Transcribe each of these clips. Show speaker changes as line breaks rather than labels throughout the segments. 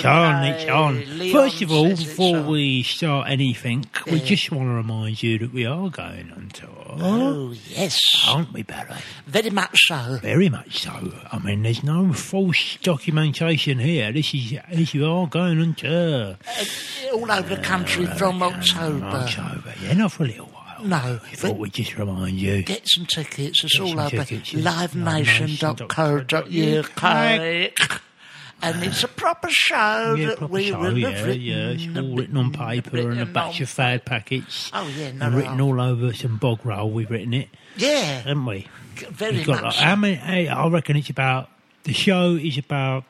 much on.
Uh, Leon
eh, First of all,
says it's
before
on.
we start anything, we
Yeah.
just want to remind you that we are going on tour,
Oh, yes.
aren't we, Barry?
Very much so.
Very much so. I mean, there's no false documentation here. This is this you are going on
Uh,
tour.
all over the country from October.
Oh, October. Yeah, not for a little while.
No,
We
but
thought we'd just remind you.
get some tickets. It's
Get
all
some
over
tickets, yeah.
livenation.co.uk. And it's a proper show
Yeah,
that
proper
we
show,
will have
yeah,
written.
yeah. It's all
and
written on paper
written
and a batch
on-
of fad packets.
Oh, yeah, no, no.
and written all over some bog roll. We've written it,
Yeah,
haven't we?
very
We've Um, got
much.
like, how many? hey, I reckon it's about the show is about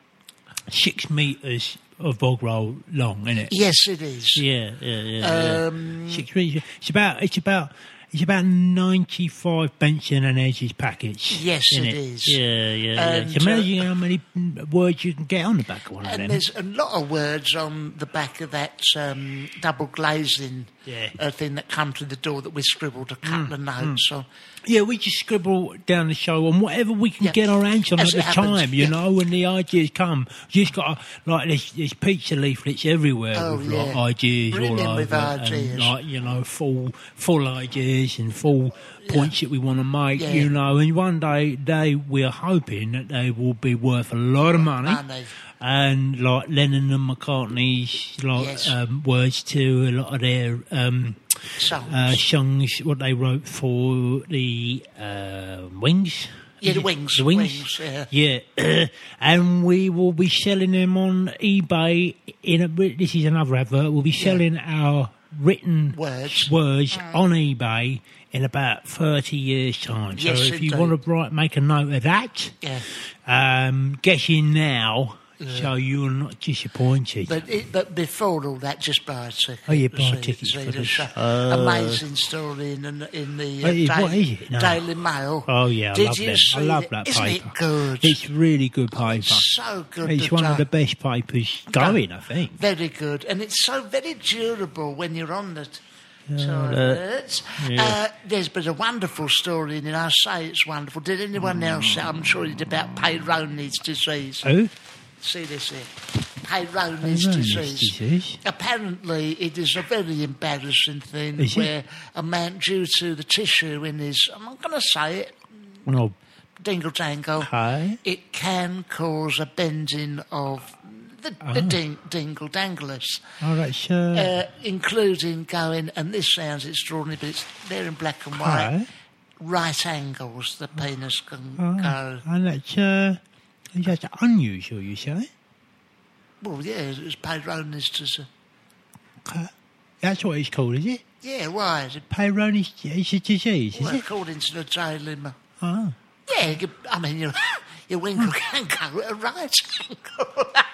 six meters of bog roll long, isn't it?
yes, it is.
Yeah, yeah, yeah. Um, Six meters. It's about. It's about. It's about ninety-five Benson and Edges packets.
Yes,
isn't
it is.
Yeah,
And,
yeah.
uh,
yeah. So imagine how many mm, words you can get on the back of one of
And
them.
there's a lot of words on the back of that um, double glazing
Yeah. Mm,
uh, thing that come to the door that we scribbled a couple of notes on.
Yeah, we just scribble down the show on whatever we can
Yeah.
get our hands on
As
at
it
the
happens,
time, you
yeah.
know, when the ideas come. Just got like there's, there's pizza leaflets everywhere
Oh,
with like
yeah.
ideas
Brilliant
all over,
with ideas.
and like you know, full full ideas and full points that we want to make,
Yeah.
you know. And one day they we're hoping that they will be worth a lot of money.
Money.
And like Lennon and McCartney's like
Yes.
um, words to a lot of their um,
Songs.
uh, songs what they wrote for the uh, Wings.
Yeah, the Wings,
The Wings.
Wings, yeah.
Yeah. and we will be selling them on eBay. In a, this is another advert. We'll be selling our written
Words.
words on eBay in about thirty years' time. So
Yes,
if you
indeed.
want to write, make a note of that.
Yeah.
Um, get in now, so you're not disappointed.
But it, but before all that, just buy a ticket.
Oh, yeah, buy
See-
tickets
see
for the
show. Amazing story in the, in the uh,
Hey,
Daily,
what is it now?
Daily Mail.
Oh yeah, I
Did
love
you
them.
See
I love that
Isn't
paper.
it good?
It's really good paper.
so good.
it's
to
one
do.
of the best papers going, I think.
Very good, and it's so very durable when you're on the t- toilet. Uh, there's been a wonderful story, in it. I say it's wonderful. Did anyone else? I'm sure it's about Peyronie's disease.
Oh,
See this here. Peyronie's
Peyronie's
disease.
disease.
Apparently, it is a very embarrassing thing
Is it?
where a man, due to the tissue in his, I'm not going to say it,
no.
dingle dangle,
Hi.
it can cause a bending of the, the ding, dingle danglers,
All right, sure.
uh, including going, and this sounds extraordinary, but it's there in black and white.
Hi.
Right angles, the penis can go.
And that's, uh, that's unusual, you say?
Well, yeah, it's Peyronie's disease.
Okay. That's what it's called, is it?
Yeah, why is it
Peyronie's it's a disease, is
Well,
it?
according to the Daily Mail.
Oh.
Yeah, you, I mean, your, your winkle
Mm.
can go at a right angle.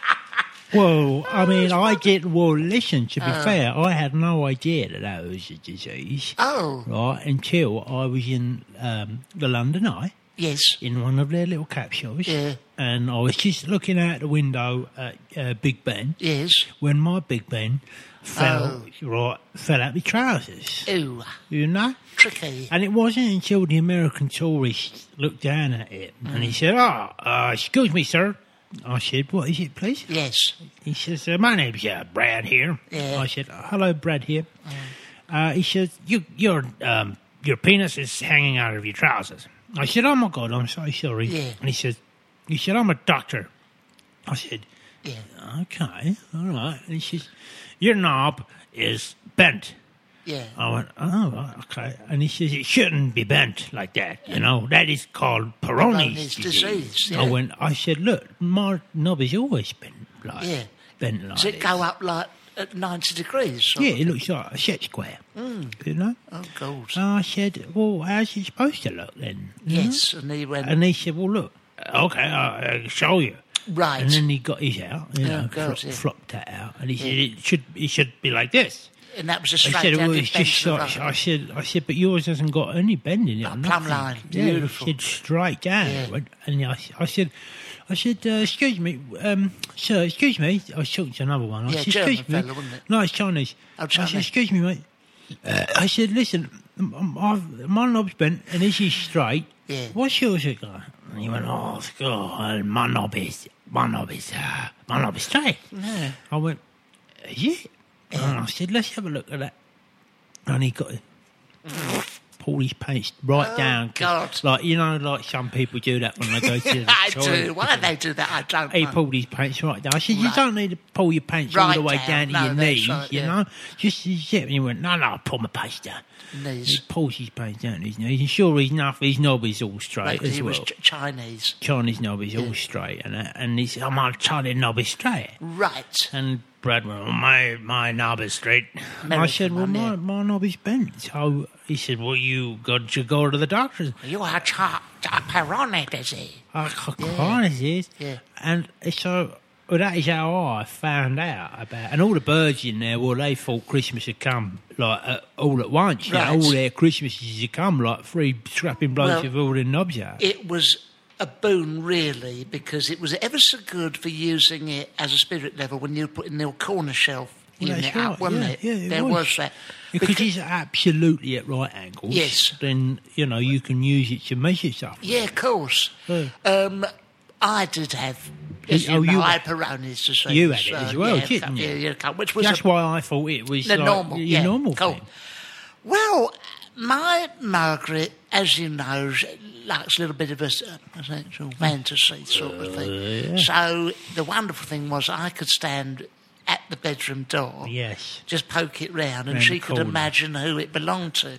Well, I mean, I didn't. Well, listen. To be fair, I had no idea that that was a disease,
Oh,
right? Until I was in um, the London Eye,
yes.
in one of their little capsules.
Yeah.
And I was just looking out the window at uh, Big Ben
Yes.
when my Big Ben fell
Oh.
right fell out my trousers.
Ooh,
You know?
tricky.
And it wasn't until the American tourist looked down at it and
Mm.
he said, "Ah, uh, excuse me, sir." I said, "What is it, please?"
Yes.
He says, uh, "My name's uh, Brad here."
Yeah. Oh.
I said, "Hello, Brad here." Uh, he says, "You, your, um, your penis is hanging out of your trousers." I said, "Oh my God, I'm so sorry."
Yeah.
And he says, "He said I'm a doctor." I said,
Yeah.
"Okay, all right." And he says, "Your knob is bent."
Yeah.
I went, "Oh, right, okay." And he says, "It shouldn't be bent like that. You know, that is called
Peyronie's
Peyronie's disease."
disease, yeah.
I went, "I said, look, my knob is always bent like,
Yeah.
bent like
Does it
this."
go up like at 90 degrees? Or,
Yeah, it looks like a set square. Mm. You know?
Oh, God.
So I said, Well, how's it supposed to look then?
yes. And he went,
And he said, Well, look, okay, I- I'll show you.
right. Oh,
And then he got his out, you know,
God,
flop-
yeah.
flopped that out, and he said, It should it should be like this.
and that was a
I
straight
said,
down
Well,
the
it's just like, I said, I said, But yours hasn't got any bend in it. or
plumb
nothing."
line,
Yeah, he
beautiful.
said, Straight down.
Yeah.
it went. And I, I said, I said, uh, excuse me, um, sir, excuse me. I was talking to another one. I
Yeah,
said,
German
excuse me.
fella, wasn't it?
No, it's Chinese.
Oh,
I said,
Chinese.
excuse me, mate. I said, listen, m- m- I've, my knob's bent and this is straight.
Yeah.
What's yours look like? And he went, oh, God, my knob is, my knob is, uh, my knob is straight. I went, is it? And I said, let's have a look at that. And he got it. Pulled his pants right
Oh,
down. 'cause,
God.
Like, you know, like some people do that when they go to the
I
toilet.
do. Why they do that, I don't
He
know.
pulled his pants right down. I said, you
Right.
don't need to pull your pants all the
Right
way down,
down.
to your
No, that's
knees,
right,
you
yeah.
know? Just his zip. And he went, no, no, I'll pull my pants down. He
Knees.
pulls his pants down to his knees. And sure enough, his knob is all straight
Right, 'cause
as
he
well.
was Ch- Chinese.
Chinese knob is all straight. And, that. and he said, oh, my Chinese knob is straight.
Right.
And Brad went, well, my, my knob is straight. And I
American
said, well,
one,
my,
yeah.
my knob is bent. So he said, well, you got to go to the doctor's.
You are cha- cha- Pironi, is he?
I can't exist.
Yeah.
And so well, that is how I found out about. And all the birds in there, well, they thought Christmas had come like uh, all at once. Yeah,
Right.
all their Christmases had come like three scrapping blokes
Well,
with all their knobs out.
It was a boon, really, because it was ever so good for using it as a spirit level when you were putting your corner shelf
Well,
unit
that's
up,
right,
wasn't
yeah,
it?
yeah, it
there
was.
was, that.
Because, it's absolutely at right angles.
Yes.
Then you know you can use it to measure stuff.
Yeah, of course.
Yeah.
Um, I did have. As
oh,
you know,
you-
I had Peronis to say.
you had it as well,
yeah,
didn't you?
Yeah, yeah, come- which was
That's
a,
why I thought it was
the
like
normal,
your
yeah,
normal
cool.
thing.
Well, my Margaret, as you know, she likes a little bit of a, s- a sexual fantasy sort of thing.
Uh,
So the wonderful thing was I could stand at the bedroom door,
Yes.
just poke it round, and
Round the
she could
corner.
imagine who it belonged to.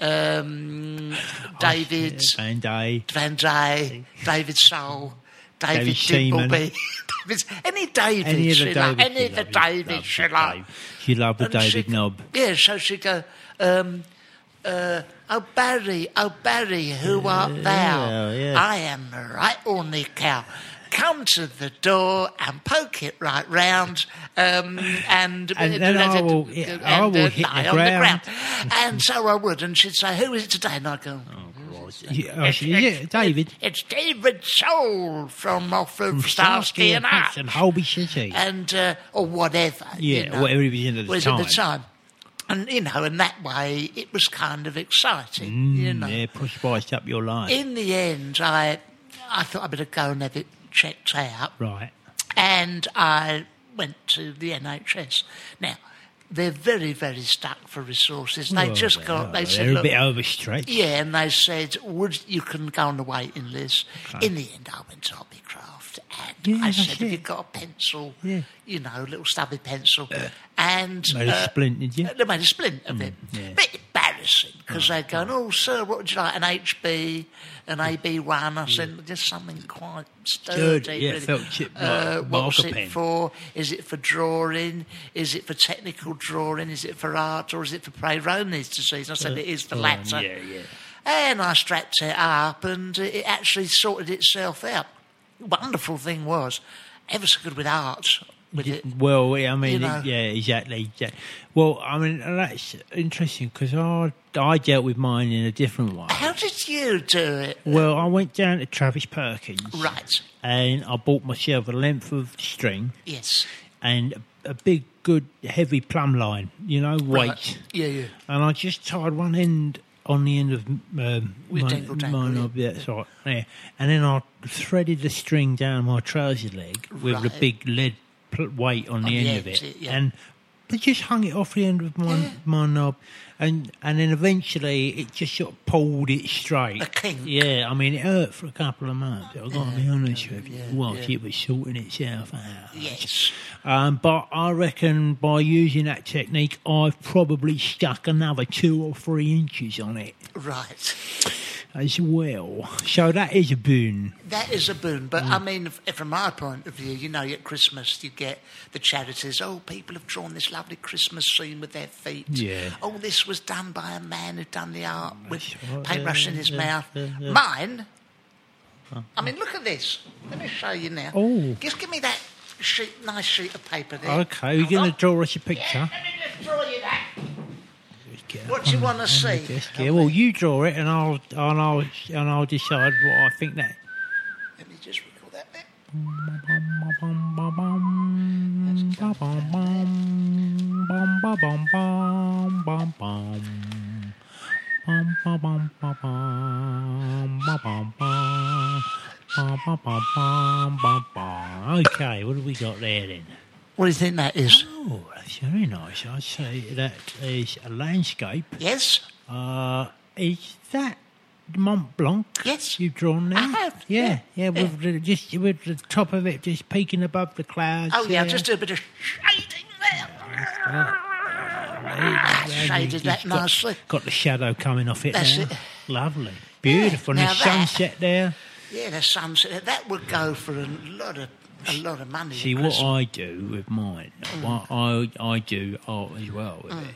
Oh,
Um, David
And uh, I.
Van Dyke, David Soul, David,
David Seaman.
Dimbleby, David, any David,
Any of the
she liked,
David.
any of the David she liked.
She loved the
And she Oh,
David
go-
knob.
Yeah, so she go, um, uh, Oh Barry, oh Barry, who art thou?
yeah, yeah.
I am the right horny cow. Come to the door and poke it right round, um, and,
And then I will- yeah, I will hit
uh, lie
the
on the
ground.
ground. and so I would, and she'd say, "Who is it today?" And I go,
Oh. Yeah, she- yeah, David.
"It's David Soul from off of Starsky and Hutch."
and Holby City.
and uh, or whatever.
Yeah,
you know,
whatever he was in at the
was
time.
at the time. And you know, in that way, it was kind of exciting. you know,
Mm, yeah, push spice up your life.
in the end, I I thought I better go and have it checked out,
right.
and I went to the NHS. Now. They're very, very stuck for resources. They
Well,
just
well,
got. They
well,
said,
they're a
"Look,
bit overstretched.
yeah, and they said, "Would you can go on the waiting list?" In the end, I went to Hobbycraft and
Yeah,
I
that's
said, "Have
it.
you got a pencil?
Yeah.
You know, a little stubby pencil?" and
Made a
uh,
splint, did you?
They made a splint of it.
Mm, yeah.
Bit embarrassing because they'd gone, "Oh, sir, what would you like? An HB, an AB one?" I said, "Just something quite sturdy."
Sturdy, yeah,
really.
felt chip like
uh, what's
marker
it
pen.
for? Is it for drawing? Is it for technical drawing? Is it for art? Or is it for Peyronie's disease? I said, "It is the latter."
Uh, um, yeah, yeah.
And I strapped it up, and it actually sorted itself out. Wonderful thing was, ever so good with art. With it.
Well, yeah, I mean,
You know.
it- yeah, exactly. yeah. Well, I mean, that's interesting because I, I dealt with mine in a different way.
How did you do it?
Well, I went down to Travis Perkins.
Right.
And I bought myself a length of string
Yes.
and a, a big, good, heavy plumb line, you know, weight.
Right. Yeah, yeah.
and I just tied one end on the end of um,
With
my,
dangle dangle,
my
yeah.
knob, yeah, so- yeah. and then I threaded the string down my trouser leg with the
Right.
big lead pl- weight on, the
the
end of
edge,
it,
yeah.
and I just hung it off the end of my my knob, and and then eventually it just sort of pulled it straight.
A kink.
Yeah, I mean it hurt for a couple of months. I've got to be honest with you.
yeah,
Well,
yeah.
it was sorting itself out.
Yes.
Um, but I reckon by using that technique, I've probably stuck another two or three inches on it
Right.
as well. So that is a boon.
That is a boon, but
Mm.
I mean, f- eh, from my point of view, you know, at Christmas you get the charities. Oh, people have drawn this lovely Christmas scene with their feet.
Yeah. Mm,
Oh, this was done by a man who done the art with
Sure,
paintbrush in his
yeah,
mouth.
yeah, yeah.
Mine. I mean, look at this. Let me show you now.
Oh.
Just give me that sheet, nice sheet of paper there.
Okay, you're
Hold
going
on.
to draw us a
Yeah,
picture.
let me just draw you that.
Get
What
up
do you
on the-
wanna
on the
see?
desk here. mm, Well, you draw it, and I'll and I'll and I'll decide what I think that.
Let me just recall that bit.
Okay, what have we got there then?
What do you think that is?
Oh, that's very nice. I'd say that is a landscape.
Yes,
Uh, is that Mont Blanc?
Yes.
You've drawn there?
I have,
Yeah, yeah,
yeah, yeah.
with, the, just, with the top of it just peeking above the clouds.
Oh yeah,
there.
just do a bit of shading there.
Ah,
shaded
it's
that
got-
nicely.
Got the shadow coming off it
That's
now.
it.
Lovely. Beautiful. and
now
the
that-
sunset there.
Yeah, the sunset. That would go for a lot of a lot of Mm. money.
See,
at
what
Christmas.
I do with mine, what I, I do art as well with
Mm.
it.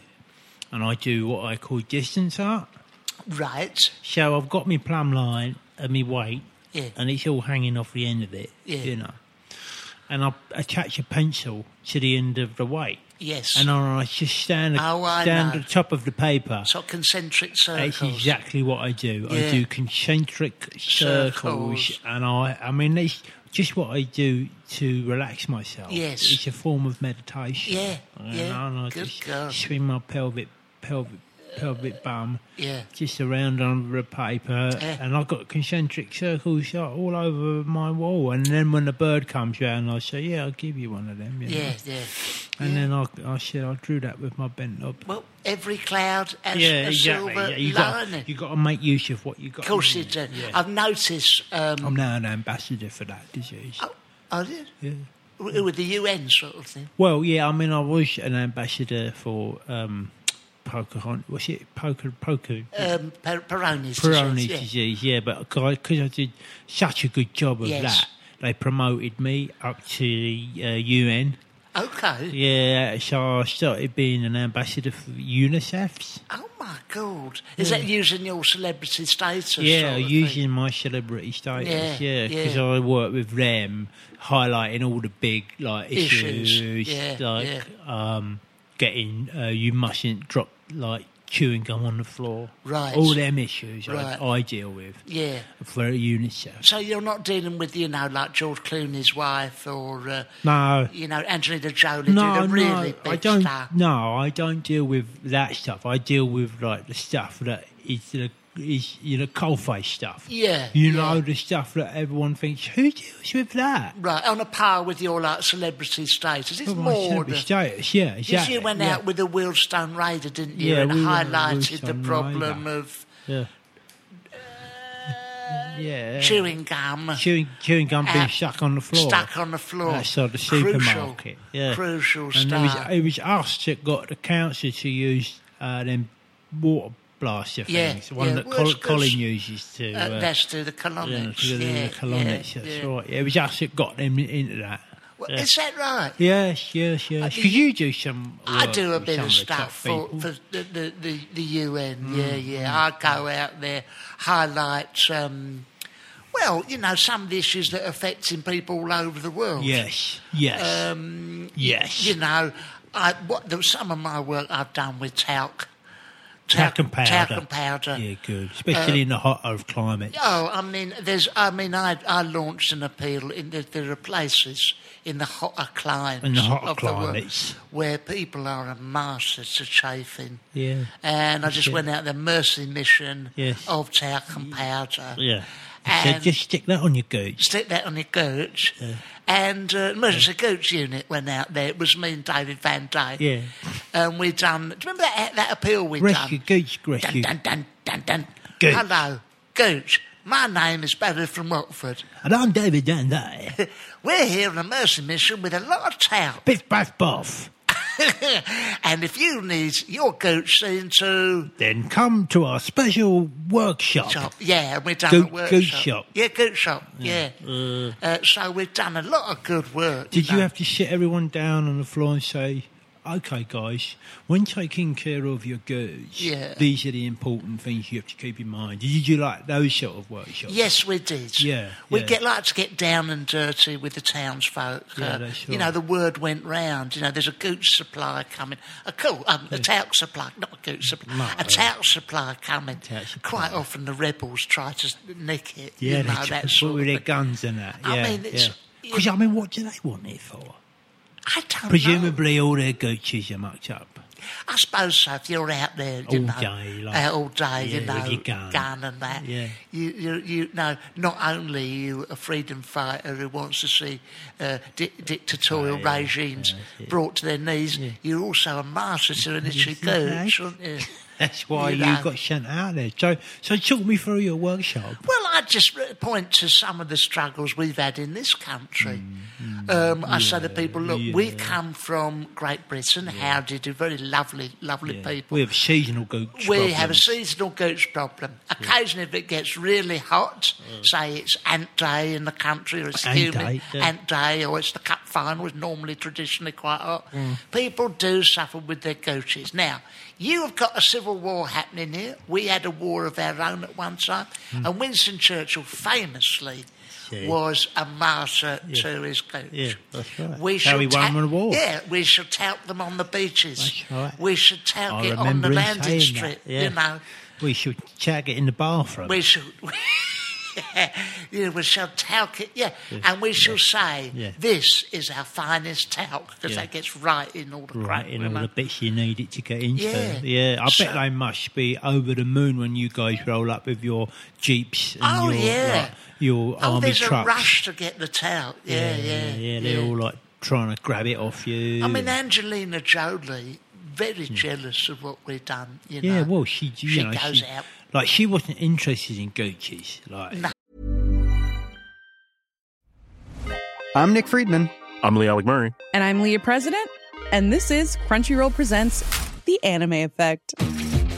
And I do what I call distance art.
right?
So I've got my plumb line and my weight,
Yeah.
and it's all hanging off the end of it,
Yeah.
you know. And I attach a pencil to the end of the weight,
Yes.
and I just stand
Oh, I
stand
know.
at the top of the paper.
so concentric
That's
circles.
exactly what I do. I
Yeah.
do concentric circles,
Circles.
and I I mean it's just what I do to relax myself.
Yes.
it's a form of meditation.
Yeah,
you
yeah.
know, and I
Good
just
God.
swing my pelvic pelvic pelvic bum
Yeah.
just around under the paper,
Yeah.
and I've got concentric circles uh, all over my wall. And then when the bird comes round, I say, "Yeah, I'll give you one of them." you know.
Yeah, yeah.
And then I, I said, "I drew that with my bent knob."
Well, every cloud has a
yeah, exactly.
silver
Yeah, you
lining.
got you got to make use of what you got.
of course you
haven't
do.
Yeah.
I've noticed. Um,
I'm now an ambassador for that disease.
oh, are you?
Yeah.
W- With the UN sort of thing.
Well, yeah, I mean, I was an ambassador for um, Pocahontas. Was it Poca Poca
Um, per- Peyronie's
Peyronie's
disease, yeah.
disease? Yeah, but because I did such a good job of
Yes.
that, they promoted me up to the uh, UN.
Okay.
Yeah, so I started being an ambassador for UNICEF's.
Oh my God! Is that using your celebrity status? sort
Yeah,
of thing?
using my celebrity
Yeah,
status. Yeah, because
yeah.
I work with them, highlighting all the big like
Issues,
issues,
yeah,
like um, getting uh, you mustn't drop like chewing gum on the floor.
Right.
all them issues
Right.
I, I deal with
Yeah.
for UNICEF.
So you're not dealing with, you know, like George Clooney's wife or, uh,
No,
you know, Angelina Jolie
no,
doing a really
no,
big
I don't.
star.
No, I don't deal with that stuff. I deal with like the stuff that is the is you know coalface stuff.
Yeah,
you
yeah.
know the stuff that everyone thinks who deals with that.
Right, on a par with your like celebrity status. It's
Well, Oh, my
more.
celebrity
the-
status, yeah,
Because
exactly.
you went
yeah.
out with the Wheelstone Raider, didn't you?
Yeah,
and
we went out with
highlighted the
Wheelstone
problem
Raider.
of
yeah. yeah.
Uh, chewing gum
chewing, chewing gum being
Uh,
stuck on the floor.
stuck on the floor.
Outside the
Crucial-
supermarket. Yeah.
Crucial
and it was,
stuff.
it was us that got the council to use uh, them water blaster
Yeah,
things, the one
yeah,
that
well,
Col-
it's 'cause,
Colin uses to.
Uh,
uh,
that's to the
you know,
colonics.
to do
yeah,
the colonics,
yeah,
that's
yeah.
right. Yeah, it was us that got them into that.
Well,
Yeah.
Is that right?
Yes, yes, er yes. Because you do some.
I
work
do a
with
bit
some
of
the top
stuff for,
people. Mm,
for the, the, the, the UN. Yeah, yeah. I go out there, highlight, um, well, you know, some of the issues that are affecting people all over the world.
Yes, yes, yes.
You know, I, what the, some of my work I've done with talc.
Talc and powder.
Talc and powder. Uh,
Yeah, good. Especially in the hotter climate.
Oh, I mean, there's. I mean, I, I launched an appeal in that there are places in the hotter climes,
In the hotter
of world
climates.
where people are a master to chafing.
Yeah.
And I just
Yeah.
went out the mercy mission
Yes.
of talc and powder.
Yeah. so
And-
just stick that on your gooch.
Stick that on your gooch. And uh, emergency gooch unit went out there. It was me and David Van Dyke.
Yeah.
And we done. Do you remember that, that appeal we done?
Rest your gooch, rest
Dun,
your...
dun, dun, dun, dun.
Gooch.
Hello, Gooch. My name is Barry from Watford.
And I'm David Dandai.
We're here on a mercy mission with a lot of talc.
Biff, baff, boff.
and if you need your gooch seen to
Then come to our special workshop.
shop, yeah, and we've done
Gooch-
a workshop.
gooch shop.
Yeah, gooch shop, yeah. Uh, so we've done a lot of good work.
Did you
know.
have to sit everyone down on the floor and say, okay, guys, when taking care of your gooch,
Yeah.
these are the important things you have to keep in mind? Did you do like those sort of workshops?
Yes, we did.
Yeah,
we
yeah.
get like to get down and dirty with the townsfolk. uh,
Yeah, that's
You know,
right.
the word went round. You know, there's a gooch supply coming. A cool, um, a talc supply, not a gooch supply,
No.
a talc supply coming.
Talc supply.
Quite often, the rebels try to s- nick it.
Yeah,
you
they
know,
took
that
the
sort
with
of
their
thing.
guns and that.
I
yeah,
mean, it's-
Because, I mean, what do they want it for?
I don't know.
Presumably, all their Gucci's are mucked up.
I suppose so. If you're out there, you
All
know,
day, like-
out all day, you
Yeah,
know,
with your gun.
and that.
Yeah.
You, you, you know, not only are you a freedom fighter who wants to see uh, di- dictatorial
Yeah,
regimes
yeah.
brought to their knees, you're also a martyr to initial
Okay.
goods, aren't you?
That's why
You
you,
know.
got sent out there. So, so talk me through your workshop.
Well, I just re- point to some of the struggles we've had in this country. um, I say to people, look, we
Mm, yeah.
come from Great Britain. How did you? Very lovely, lovely
Yeah.
people.
We have seasonal gooch.
We have a seasonal goose problem. Occasionally, if it gets really hot, say it's Ant Day in the country, or it's
Ant
humid
Day, yeah.
Ant Day, or it's the Cup Final, is normally traditionally quite hot. People do suffer with their gooses. Now, you have got a civil war happening here. We had a war of our own at one time, and Winston Churchill famously.
Hmm. Yeah.
Was a martyr to his goats.
Yeah, that's right.
We
How
should
he won
ta-
the war.
Yeah, we should tout them on the beaches.
That's right.
We should tout
I
get on
remember
the
him
landing
saying that,
strip,
yeah.
you know.
We should check it in the bathroom.
We should, you know, we shall talc it, yeah. And we shall say,
Yeah.
this is our finest talc, because
Yeah.
that gets right in all the
Right,
crap,
in
you
all
know.
the bits you need it to get into.
Yeah.
I
So-
bet they must be over the moon when you guys roll up with your jeeps and
Oh,
your,
yeah.
like, your
Oh,
army
there's
trucks.
a rush to get the talc. Yeah, yeah,
yeah, yeah, they're all like trying to grab it off you.
I mean, Angelina Jolie, very jealous of what we've done, you know.
Hmm. yeah, well, she, you
uh, She
know,
goes
she,
out.
like she wasn't interested in Gucci's. Like,
I'm Nick Friedman.
I'm Lee Alec Murray.
And I'm Leah President, and this is Crunchyroll Presents The Anime Effect.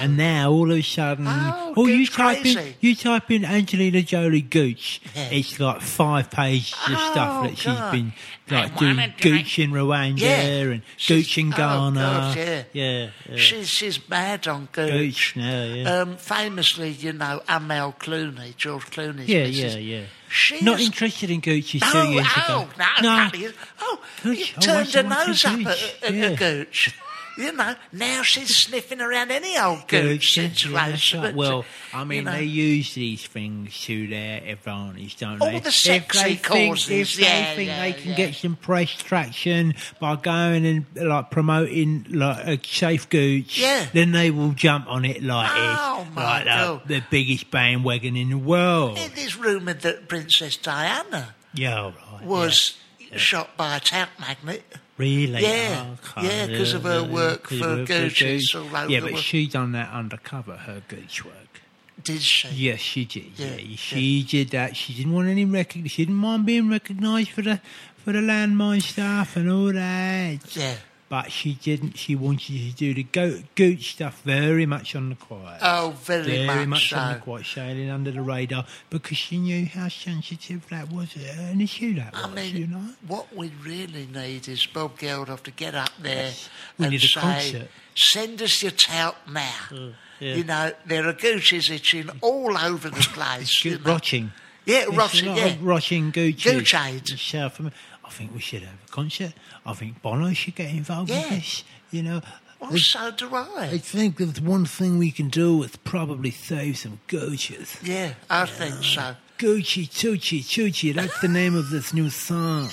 And now all of a sudden,
Oh,
oh,
good
you type in
crazy.
you type in Angelina Jolie Gooch. It's like five pages of
Oh,
stuff that she's
God.
been like
I
doing
wanna
Gooch
die.
in Rwanda
Yeah.
and
She's-
Gooch in
oh,
Ghana.
God, yeah.
yeah, yeah.
She's, she's mad on
Gooch now, yeah.
Um, famously, you know, Amel Clooney, George Clooney's
yeah,
missus.
yeah, yeah.
She's
Not interested in Gucci
No,
two years
oh,
ago.
no, can't you- oh, you
Gooch, oh,
turned her
I want
nose
some
up at,
Gooch,
at
yeah.
a gooch. You know, now she's sniffing around any old gooch
yeah, that's
situation.
right. Well, I
you
mean,
know.
they use these things to their advantage, don't
All
they?
the
if they
sexy
Think, if
causes,
they
yeah,
think
yeah,
they can
yeah.
get some press traction by going and like promoting like a safe gooch,
Yeah.
then they will jump on it like
Oh,
it's
my
like the,
God.
the biggest bandwagon in the world.
It is rumoured that Princess Diana
yeah, all right.
was shot by a talc magnet.
Really?
Yeah.
Oh, okay.
Yeah, 'cause of her work
'cause of
for
her-
Gucci, so like
yeah,
the
but
work-
she done that undercover, her Gucci work.
Did she?
Yes, she did. Yeah,
Yeah,
she did that. She didn't want any recognition. She didn't mind being recognised for the for the landmine stuff and all that.
Yeah.
But she didn't. She wanted to do the go- gooch stuff very much on the quiet.
Oh, very,
very
much
much, on the
so.
quiet, sailing under the radar because she knew how sensitive that was, uh, an issue that
I
was.
mean,
you know.
what we really need is Bob Geldof to get up there
We
and
need a
say,
concert. Mm,
"Send us your tout now."
yeah.
You know, there are Gucci's itching all over the place. you
Good
know.
rotting.
Yeah,
There's a
rotting.
lot
Yeah,
of rotting Gucci.
Gooch aid.
in South America. I think we should have a concert. I think Bono should get involved with
Yeah.
this. You know,
Well, so do
I
I.
think that one thing we can do is probably save some Gucci's.
Yeah, I think so.
Gucci, Tucci, Chucci, that's the name of this new song.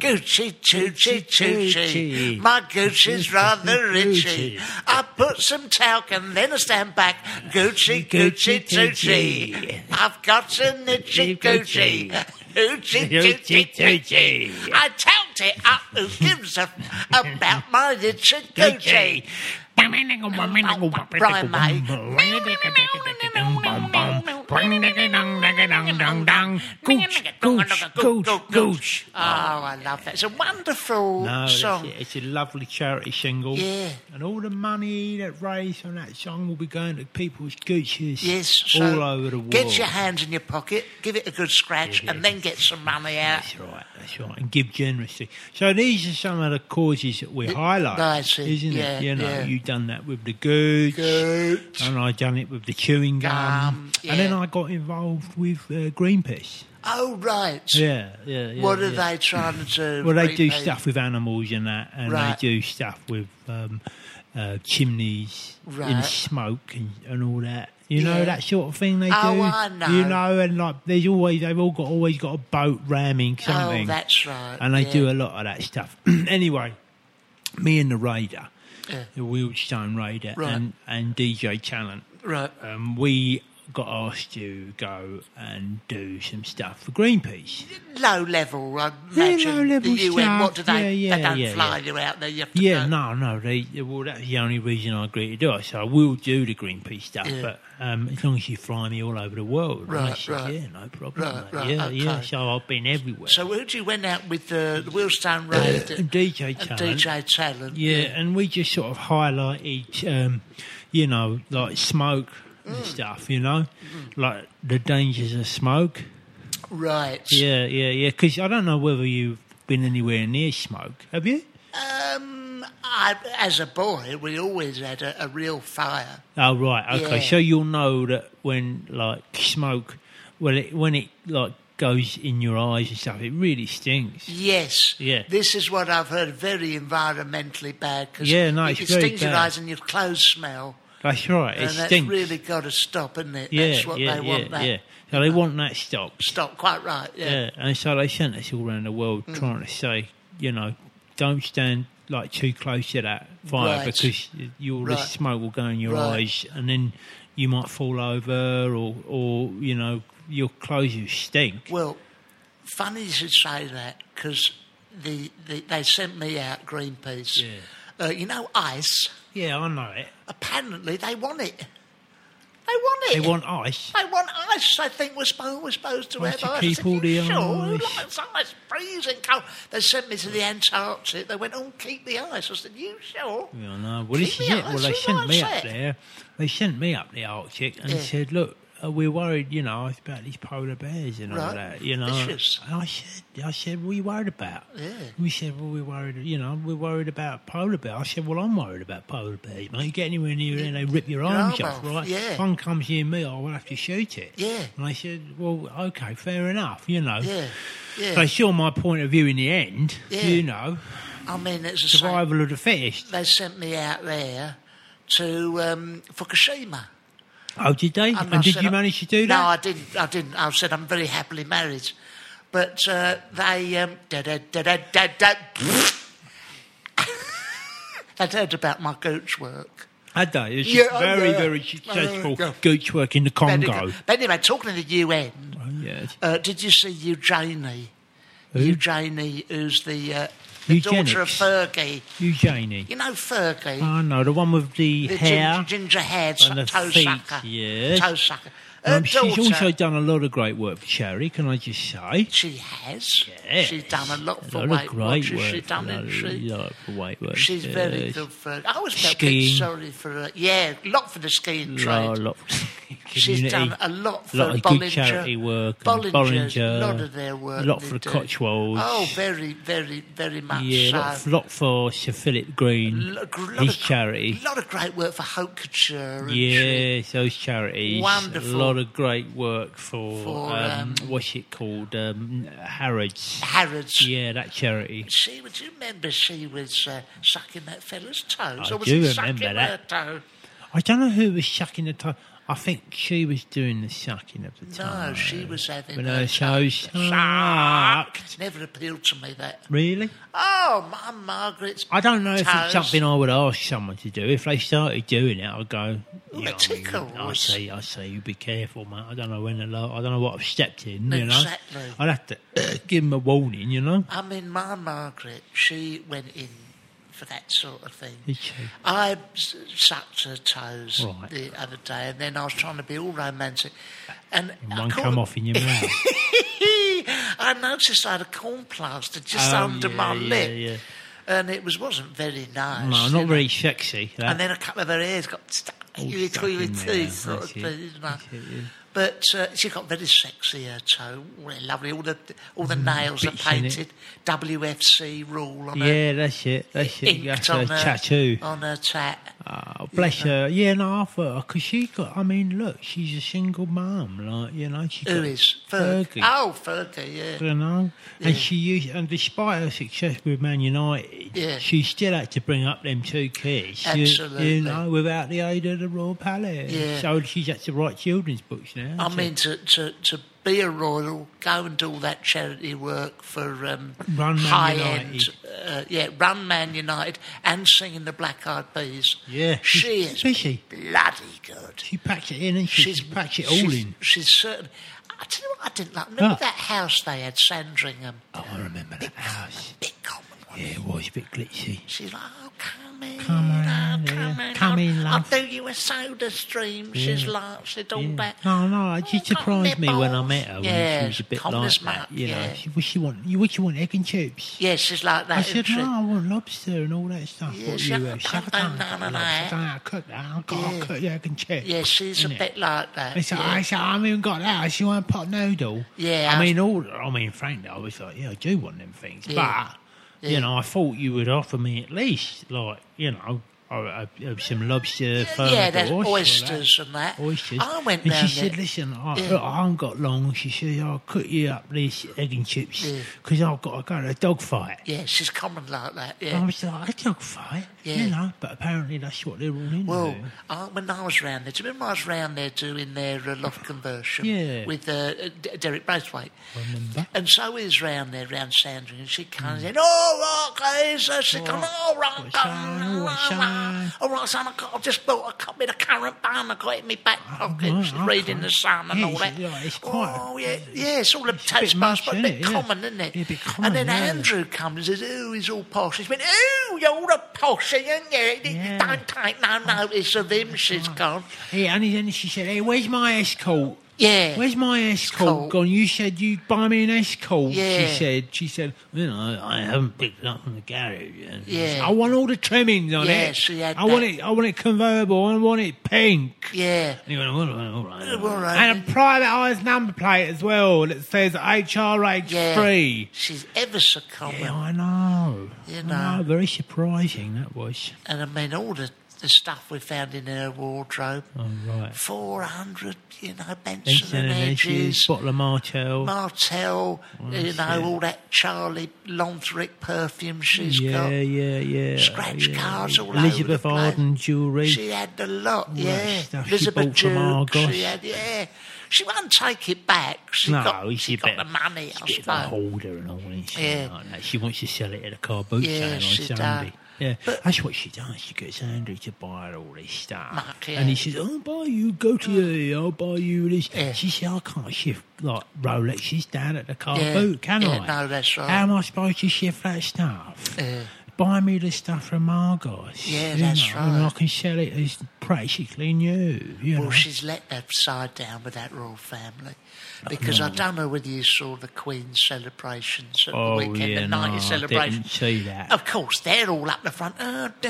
Gucci, Tucci,
Gucci, Gucci.
Tucci. My Gucci's rather itchy.
Gucci.
I put some talc and then I stand back. Gucci, Gucci,
Gucci,
Tucci. I've got an itchy Gucci.
Gucci.
Gucci,
Gucci,
Gucci,
Gucci.
Tucci. I talked it up. Who gives a f- about my itchy Gucci? Right, mate.
dong dong dong. Gooch, gooch, gooch, gooch.
Oh, I love that. It's a wonderful
No, that's
song.
it. it's a lovely charity single.
Yeah.
And all the money that raised on that song will be going to people's Gucci's
Yes, so
all over the world.
Get your hands in your pocket, give it a good scratch, and then get some money out.
That's right, that's right. And give generously. So these are some of the causes that we highlight.
I see.
Isn't
Yeah,
it? You know,
yeah.
you done that with the gooch.
Gooch.
And I done it with the chewing gum.
Gum,
And then
yeah.
I got involved with uh, Greenpeace.
Oh, right.
Yeah, yeah, yeah.
what are
yeah.
they trying to do?
Well, they do
Greenpeace?
stuff with animals and that, and
Right.
they do stuff with um, uh, chimneys
Right.
and smoke and, and all that. You know
Yeah.
that sort of thing they
Oh,
do.
I know.
You know, and like there's always they've all got always got a boat ramming something.
Oh, that's right.
and they
yeah.
do a lot of that stuff. anyway, me and the Raider, the Wheelstone Raider,
Right.
and and DJ Talent,
Right.
um, we got asked to go and do some stuff for Greenpeace.
Low level, I
Yeah,
imagine.
low-level
the UN, what do
stuff.
they?
Yeah,
they
yeah,
don't
yeah,
fly
yeah.
you out there. You have to
Yeah,
go.
no, no. They, well, that's the only reason I agreed to do it. So I will do the Greenpeace stuff,
Yeah.
but um, as long as you fly me all over the world. And I
Right,
said,
right.
Yeah, no problem.
Right,
mate.
right,
yeah, yeah.
okay.
So I've been everywhere.
So who do you went out with the, the Wheelstone Road?
And DJ
and
talent.
DJ Talent.
yeah, and we just sort of highlighted, um, you know, like smoke
Mm.
and stuff, you know,
Mm-hmm.
like the dangers of smoke.
Right.
Yeah, yeah, yeah. Because I don't know whether you've been anywhere near smoke. Have you?
Um, I, as a boy, we always had a, a real fire.
Oh right, okay.
Yeah.
So you'll know that when like smoke, well, it, when it like goes in your eyes and stuff, it really stinks.
Yes.
Yeah.
This is what I've heard. Very environmentally bad because
Yeah, no,
it
it's very
stings your
bad.
eyes and your clothes smell,
That's right.
and
It
that's
stinks.
really got to stop, isn't it?
yeah,
that's what
yeah,
they
yeah,
want. That
yeah. So they want that stopped.
stop. Quite right. Yeah. Hmm.
Yeah, and so they sent us all around the world trying to say, you know, don't stand like too close to that fire
Right.
because y- your the
Right.
smoke will go in your
Right.
eyes, and then you might fall over, or or you know, your clothes will stink.
Well, funny you should say that because the, the they sent me out Greenpeace. Uh, you know, ice.
Yeah, I know it.
Apparently, they want it. They want
They
it.
want ice.
They want ice. They think we're supposed, we're supposed to
Why
have
do
ice.
people
I said, "You
do
sure,
ice?
Look, it's ice, freezing cold. They sent me to the Antarctic. They went, oh, keep the ice. I said, you sure?
Yeah, no. Well, this
Keep
is
me
it.
up,
Well,
that's
they
what
sent
I
me up
said.
there. They sent me up the Arctic and
Yeah.
said, "Look, uh, we're worried, you know, about these polar bears and all
Right.
that, you know."
Vicious.
And I said, "I said, what are you worried about?"
Yeah.
We said, "Well, we're worried, you know, we're worried about polar bears." I said, "Well, I'm worried about polar bears, mate. You get anywhere near there, they rip your arms
arm
off,
off,
right?
yeah.
If one comes near me, I will have to shoot it."
Yeah.
And I said, "Well, okay, fair enough, you know."
Yeah, yeah.
They saw my point of view in the end,
Yeah.
you know,
I mean, it's a same.
survival of the fittest.
They sent me out there to um, Fukushima.
Oh, did they?
And
And,
I
did
said,
you manage to do
No,
that?
I didn't. I didn't. I said I'm very happily married, but uh, they um, da da da da da. da I'd heard about my gooch work.
Had they? It's
Yeah, oh,
very,
yeah.
very
Oh,
successful
yeah.
gooch work in the
But
Congo.
anyway, but anyway, talking to the UN,
Yeah.
uh, did you see Eugenie? Eugenie, who's the, uh, the daughter of
Eugenics.
Fergie.
Eugenie.
You know Fergie?
Oh, no, the one with the,
the
hair.
Ginger, ginger hair, so-
and the
toe
feet,
sucker.
yes.
Toe sucker. Her
Um, she's
daughter-
also done a lot of great work for charity, can I just say?
She has.
Yes.
She's done a lot for
lot
weight
of great
watchers.
work.
She's done
a
it. She,
lot for weight watchers.
she's very good for. I was felt a bit
Skiing.
sorry for her. Yeah, a lot for the skiing
Lot,
trade.
lot for
She's
community.
done a lot for
lot of
Bollinger.
good charity work. and
Bollinger,
Bollinger,
a lot of their work.
lot
they
for the
do.
Cotswolds.
Oh, very, very, very much
yeah,
so.
lot, lot for Sir Philip Green.
Lo- gr- lot
his
of,
charity.
lot of great work for Haute Couture. and shit.
Yes, those charities.
Wonderful.
A lot of great work for,
For,
um,
um,
what's it called? Um, Harrods.
Harrods.
Yeah, that charity.
She, would you remember she was uh, sucking that fella's toes?
I
or was
do
he
remember
sucking
that.
her toe?
I don't know who was sucking the toe. I think she was doing the sucking of the toe.
No, she was having
But
her
her toe sucked.
It's never appealed to me that.
Really?
Oh, my Margaret's.
I don't know if
toes.
it's something I would ask someone to do. If they started doing it, I'd go.
Well,
yeah,
it tickles.
I say, I say, you be careful, mate. I don't know when the lo- I don't know what I've stepped in. You know,
Exactly.
I'd have to give them a warning. You know.
I mean, my Margaret, she went in for that sort of thing.
Is she?
I s- sucked her toes
Right.
the other day, and then I was trying to be all romantic, and I
One
caught-
come off in your mouth.
I noticed I had a corn plaster just
Oh,
under
yeah,
my
yeah,
lip,
yeah.
and it was wasn't very nice.
No,
you
not
know.
very sexy. That.
And then a couple of her hairs got stuck in your
stuck
between your
in there,
teeth, sort of
that's it,
thing, you know.
that's it, yeah.
But uh, she got very sexy, her toe. Really lovely. All the all
Mm,
the nails are
bits in it.
painted. WFC rule on her.
yeah, that's it. That's it.
Inked
That's
on
a
her,
tattoo.
on her tat.
Oh, bless her. Yeah, no, I thought because she got. I mean, look, she's a single mum. Like you know, she
Who
got
is Ferg?
Fergie.
Oh, Fergie, yeah.
you know. And she used, and despite her success with Man United,
Yeah.
she still had to bring up them two kids, you-
Absolutely.
you know, without the aid of the Royal Palace.
Yeah.
So she's had to write children's books now.
I
to-
mean, to, to, to be a royal, go and do all that charity work for um,
Run Man
high
United.
end, uh, yeah, Run Man United, and singing the Black Eyed Peas.
Yeah,
she
she's
is
fishy.
bloody good.
she packs it in and she she packs it all
she's,
in.
She's certain. I tell you what, I didn't like. Remember
Ah.
that house they had, Sandringham,
Oh, I remember that house.
big common one.
Yeah, it was a bit glitzy.
She's like, oh, come in,
Come
oh, come
in, yeah.
in,
Come
I'll,
in,
I'll
love."
do you a soda stream. She's like, she'd all
Yeah.
that.
No, no, she
Oh,
surprised me when I
nipples.
met her. when she was a bit
calm
like
as
that.
muck,
You know,
yeah.
she, what she want? You what you want? Egg and chips.
Yeah, she's like that.
I
isn't
said,
she?
no, I want lobster and all that stuff.
Yeah,
what
shut
you
up,
have? Shut up,
I
I
don't
don't
know
like
that.
lobster. I cook that. I got
Yeah.
I cook the egg and chips.
Yeah, she's a
innit?
bit like that.
I said,
yeah.
I said, I haven't even got that. She want a pot noodle.
Yeah,
I
I-
mean, all. I mean, frankly, I was like, yeah, I do want them things,
Yeah.
but you know, I thought you would offer me at least like you know. uh, uh, some lobster,
Yeah,
furniture,
yeah, there's
or
oysters
that.
and that.
Oysters.
I went
and
down
she said,
there-
"Listen, I,
Yeah.
look, I haven't got long." She said, "I'll cook you up these egg and chips
Yeah.
because I've got to go to a dog fight."
yeah, she's common like that.
I
Yeah.
was like, a dog fight,
Yeah.
you know, but apparently that's what they're all into.
Well, I, when I was round there, do you remember I was round there doing their uh, loft conversion
Yeah.
with uh, uh, D- Derek Braithwaite?
remember.
And so we was round there, round Sandringham, and she
Mm.
comes in, all right, guys, uh, she comes, all right,
What's
guys,
on,
all
what's
right,
on?
all right, son, I've got- I've just bought a copy of the current bun, I've got it in my back pocket,
Oh, right,
she's reading
okay.
the sun and
Yeah,
all
it's-
that.
yeah, it's quite-
oh, yeah, yeah, it's all a
a bit
taste buds,
much,
but a
isn't
bit
it? Yeah.
common, isn't it?
Yeah, a bit common,
and then
yeah.
Andrew comes and says, ooh, he's all posh. He's been, ooh, you're all a posh, ain't you?
Yeah. Oh,
Don't take no notice of him, she's gone.
Hey, and then she said, "Hey, where's my escort?
Yeah.
Where's my escort
Escort.
gone? You said you'd buy me an escort."
Yeah.
She said, "She said, you know, I haven't picked it up from the garage. yet."
Yeah.
I want all the trimmings on
Yeah,
it.
she had
I want
that.
it. I want it convertible. I want it pink."
Yeah.
And he went, all right, all right, all right.
All right.
And a privatised number plate as well that says HRH
Yeah.
free.
She's ever so common.
Yeah, I know.
You
I
know.
Very surprising that was.
And I mean, all the, the stuff we found in her wardrobe.
Oh, right.
400, you know, Benson
Benson
and
and
Hedges,
Hedges, Bottle of Martel.
Martell, you
that's
know,
it.
all that Charlie Lothric perfume she's
yeah,
got.
yeah, yeah.
Scratch
yeah.
cards all over
Elizabeth
the place.
Arden jewellery.
She had the lot,
that
yeah.
stuff she
Elizabeth
bought from
Duke,
Argos.
she had, yeah. She won't take it back. She
no,
got,
it's
she
a
got
bit,
the money,
it's a
I
bit of a
suppose.
holder and all and shit
Yeah.
like that. She wants to sell it at a car boot
Yeah,
sale on
she does.
Sunday. Yeah,
But-
that's what she does. She gets Andrew to buy her all this stuff,
Mark, yeah. Mm.
and he says, "I'll buy you. Go to the. I'll buy you this."
Yeah.
She said, "I can't shift like Rolexes down at the car
Yeah,
boot, can
yeah,
I?
no, that's right.
How am I supposed to shift that stuff?"
Yeah.
Buy me the stuff from Margot's.
Yeah,
you
that's
know, And I
right.
can sell it as practically new. You know?
Well, she's let that side down with that royal family
Oh,
because I don't know whether you saw the Queen's celebrations at
Oh,
the weekend,
yeah,
the
no, I
90
didn't
celebration.
see that.
Of course, they're all up the front. Oh, da,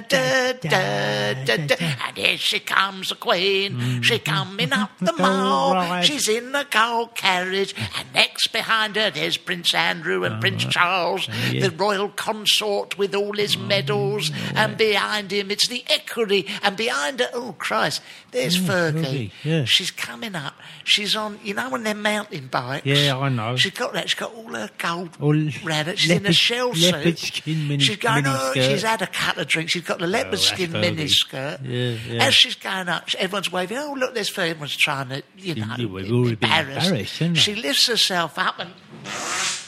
da,
da,
da, da, da,
da, da. Mm-hmm.
da. And here she comes, the Queen. She coming up the
All
mall.
right.
She's in the gold carriage. And next behind her, there's Prince Andrew and Prince Charles,
Uh, yeah. Mm,
the royal consort with all his medals, and behind him it's the equerry, and behind her, oh Christ, there's Fergie.
Fergie, yeah.
She's coming up. She's on, you know, on them mountain bikes.
Yeah, I know.
She's got that. She's got all her gold
All
round it. She's in a
leopard-
shell suit.
leopard skin mini-
she's going.
mini
oh,
skirt.
she's had a couple of drinks. She's got the leopard
that's
skin
Fergie.
mini skirt.
Yeah, yeah.
As she's going up, everyone's waving. Oh, look, there's Fergie. Everyone's trying to, you know,
you- we've already been embarrassed, haven't we?
she lifts herself up and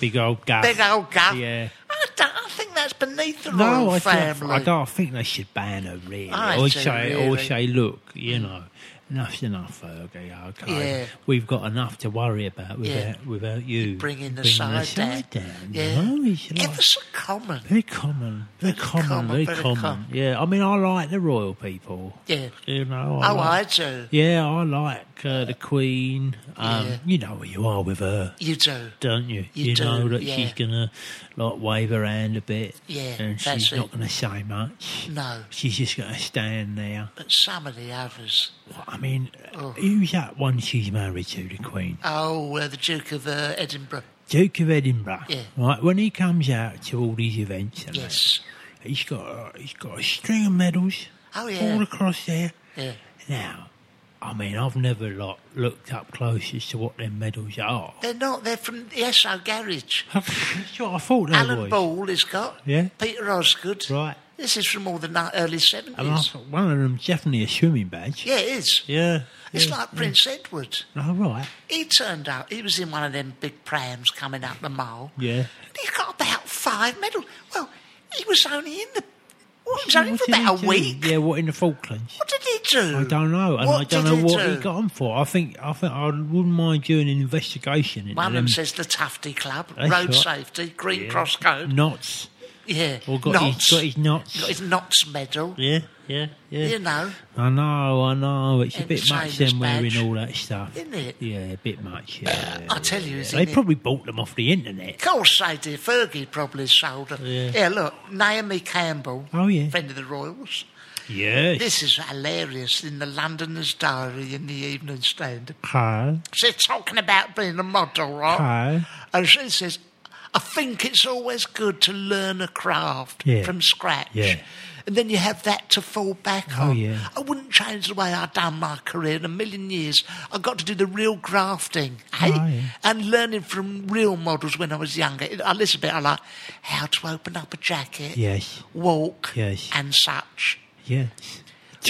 Big old gaff.
big old guff.
Yeah.
I, don't, I think that's beneath the royal
No, I,
family.
Think, I don't think they should ban her really.
I
or
do,
say, or
really.
say, look, you know, enough's enough, Ferg. you know, okay.
Yeah.
We've got enough to worry about without, without you
Bringing the
side,
side down.
down,
Yeah.
you know, it's like-
Ever so common.
Very common. Very common.
common,
very
very
common.
common.
Yeah, I mean, I like the royal people.
Yeah.
You know. I
Oh,
like,
I do.
Yeah, I like uh, the Queen. Um,
Yeah.
You know where you are with her,
You do.
don't you?
You do,
know that
yeah.
she's gonna like wave her hand a bit.
Yeah,
and
that's
she's not
it.
gonna say much.
No.
She's just gonna stand there.
But some of the others.
I mean, who's that one she's married to? The Queen.
Oh, uh, the Duke of uh, Edinburgh.
Duke of Edinburgh.
Yeah.
Right, when he comes out to all these events, and
Yes.
that, he's got a, he's got a string of medals.
Oh, yeah.
all across there.
Yeah.
Now, I mean, I've never like looked up close as to what them medals are.
They're not. They're from the SO Garage.
That's what I thought they
Alan
was.
Ball has got.
Oh, Yeah.
Peter Osgood.
Right.
This is from all the ni- early
And I
70s.
thought one of them's definitely a swimming badge.
Yeah, it is.
Yeah.
It's
yeah.
like Prince Edward.
Oh, right.
He turned up. He was in one of them big prams coming up the mall.
Yeah.
And he got about five medals. Well, he was only in the. Well, he was only
What
for
did he
about
do?
a week.
Yeah, what in the Falklands?
What did he do?
I don't know, and
What
I don't
did
know
he
what
do?
he got on for. I think I think I wouldn't mind doing an investigation. into
One of them
them
says the Tufty Club,
That's
road
right.
safety, Green Cross Code.
knots.
Yeah.
Or got
knots.
his got his knots.
Got his knots medal.
yeah, yeah, yeah.
You know,
I know, I know. It's a
And
bit
the
much
Chambers
them wearing
badge.
all that stuff.
Isn't it?
Yeah, a bit much. Yeah,
I tell you, it's
they
in it.
probably bought them off the internet.
Of course they did. Fergie probably sold them.
Yeah.
look, Naomi Campbell.
Oh, yeah.
Friend of the Royals.
Yes.
This is hilarious in the Londoner's Diary in the Evening Standard.
Hi.
She's talking about being a model, right?
Hi.
And she says, I think it's always good to learn a craft
Yeah.
from scratch.
Yeah.
And then you have that to fall back
Oh,
on.
yeah.
I wouldn't change the way I done my career in a million years. I got to do the real grafting, hey?
Oh, yeah.
And learning from real models when I was younger. I listen a bit, I like how to open up a jacket,
Yes.
walk,
Yes.
and such.
Yes.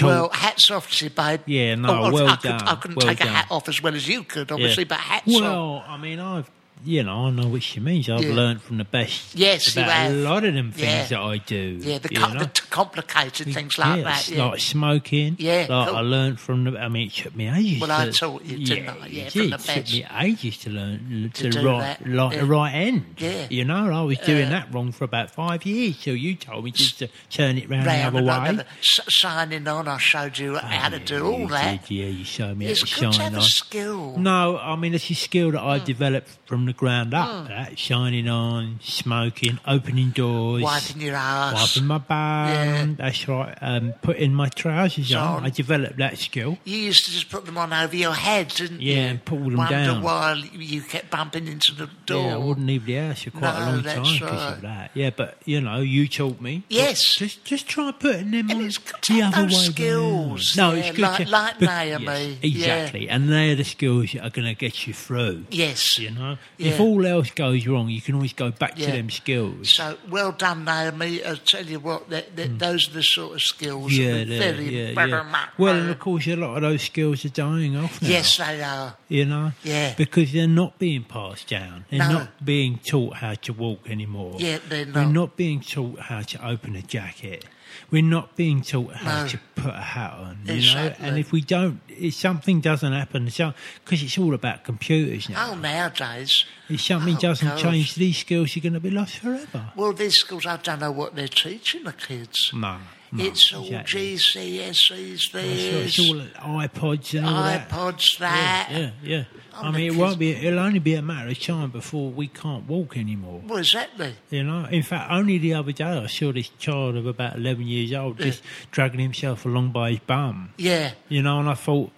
Well, hats off to you, babe. Oh,
Yeah, no,
I-
well
I could,
done,
I couldn't
well
take a
done.
hat off as well as you could,
Yeah.
obviously, but hats off.
Well, I mean, I've you know I know what she means. I've
Yeah.
learned from the best.
Yes, you
about
have.
a lot of them things
Yeah.
that I do.
Yeah, the,
you
co-
know?
the t- complicated things like
yeah,
that.
it's
Yeah.
like smoking.
Yeah,
like I
cool.
learned from the. I mean, it took me ages.
Well,
to,
I taught you, didn't I?
it
Yeah,
did.
from the
it took
best.
me ages to learn
To
to,
do
right,
that,
like the
yeah.
right end.
Yeah.
you know, I was doing that wrong for about five years till you told me just to turn it round the
Round
other
and
way.
another. S- signing on, I showed you how to do all
you
that.
Did, yeah, you showed me
It's
how to
good
shine
to have
on.
a skill.
No, I mean it's a skill that
Hmm.
I developed from the ground up. That shining on, smoking, opening doors,
Wiping your ass.
wiping my bum. That's right. Um, putting my trousers on.
On.
I developed that skill.
You used to just put them on over your head, didn't
Yeah,
you?
and pull them
Wonder
down.
why you kept bumping into the door.
Yeah, I wouldn't leave the house for quite
No,
a long
that's
time because
right.
of that. Yeah, but you know, you taught me.
Yes.
just just try putting them
And
on
it's good to
the
have
other
those
way.
skills,
around. No,
yeah,
it's good
like-
to,
like
bec-
Naomi,
yes,
yeah.
exactly, and they are the skills that are going to get you through.
Yes.
You know,
Yeah.
if all else goes wrong, you can always go back
Yeah.
to them skills.
So well done, Naomi. I tell you what, that, that, those are the sort of skills
Hmm. yeah,
that
they-
are very,
yeah,
very
yeah.
much-
Well, and of course, a lot of those skills are dying off now.
yes, they are.
you know,
Yeah.
because they're not being passed down. They're
No.
not being taught how to walk anymore.
Yeah, they're
We're
not.
not being taught how to open a jacket. We're not being taught how
No.
to put a hat on. You
Exactly.
know, and if we don't, if something doesn't happen, so because it's all about computers now.
Oh, nowadays.
If something
oh,
doesn't
gosh.
change, these skills are going to be lost forever.
Well, these schools, I don't know what they're teaching the kids.
No, no,
it's all
Mm. exactly.
GCSEs,
So it's
there's
all iPods and all that.
iPods, that.
Yeah, yeah.
Oh,
I mean,
because-
it won't be. It'll only be a matter of time before we can't walk anymore.
Well, exactly.
You know. In fact, only the other day I saw this child of about eleven years old just dragging himself along by his bum.
Yeah,
You know, and I thought,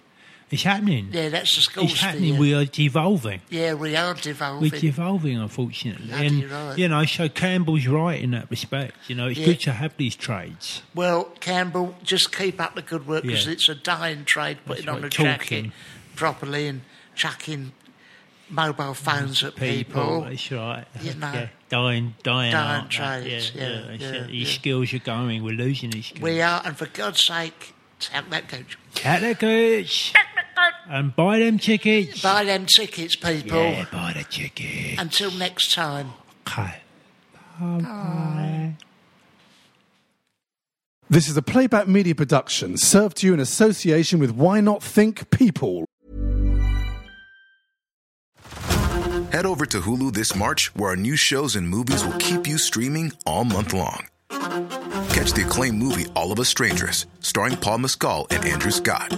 it's happening.
yeah, that's the schools
it's
for
happening.
you.
We are devolving.
yeah, we are devolving.
We're devolving, unfortunately.
Bloody
and
right.
you know, so Campbell's right in that respect. You know, it's
Yeah.
good to have these trades.
Well, Campbell, just keep up the good work because
Yeah.
it's a dying trade putting
That's
on a
right,
jacket
talking.
properly and chucking mobile phones at people.
That's right.
You know.
Yeah. Dying, dying,
Dying
out that.
trades, yeah,
that's
yeah,
it. These
yeah.
skills are going. We're losing these skills.
We are, and for God's sake, take that coach.
Catacooch. and buy them tickets.
Buy them tickets, people.
yeah, buy the tickets.
Until next time.
Okay.
This is a playback media production served to you in association with Why Not Think People.
Head over to Hulu this March, where our new shows and movies will keep you streaming all month long. Catch the acclaimed movie All of Us Strangers, starring Paul Mescal and Andrew Scott.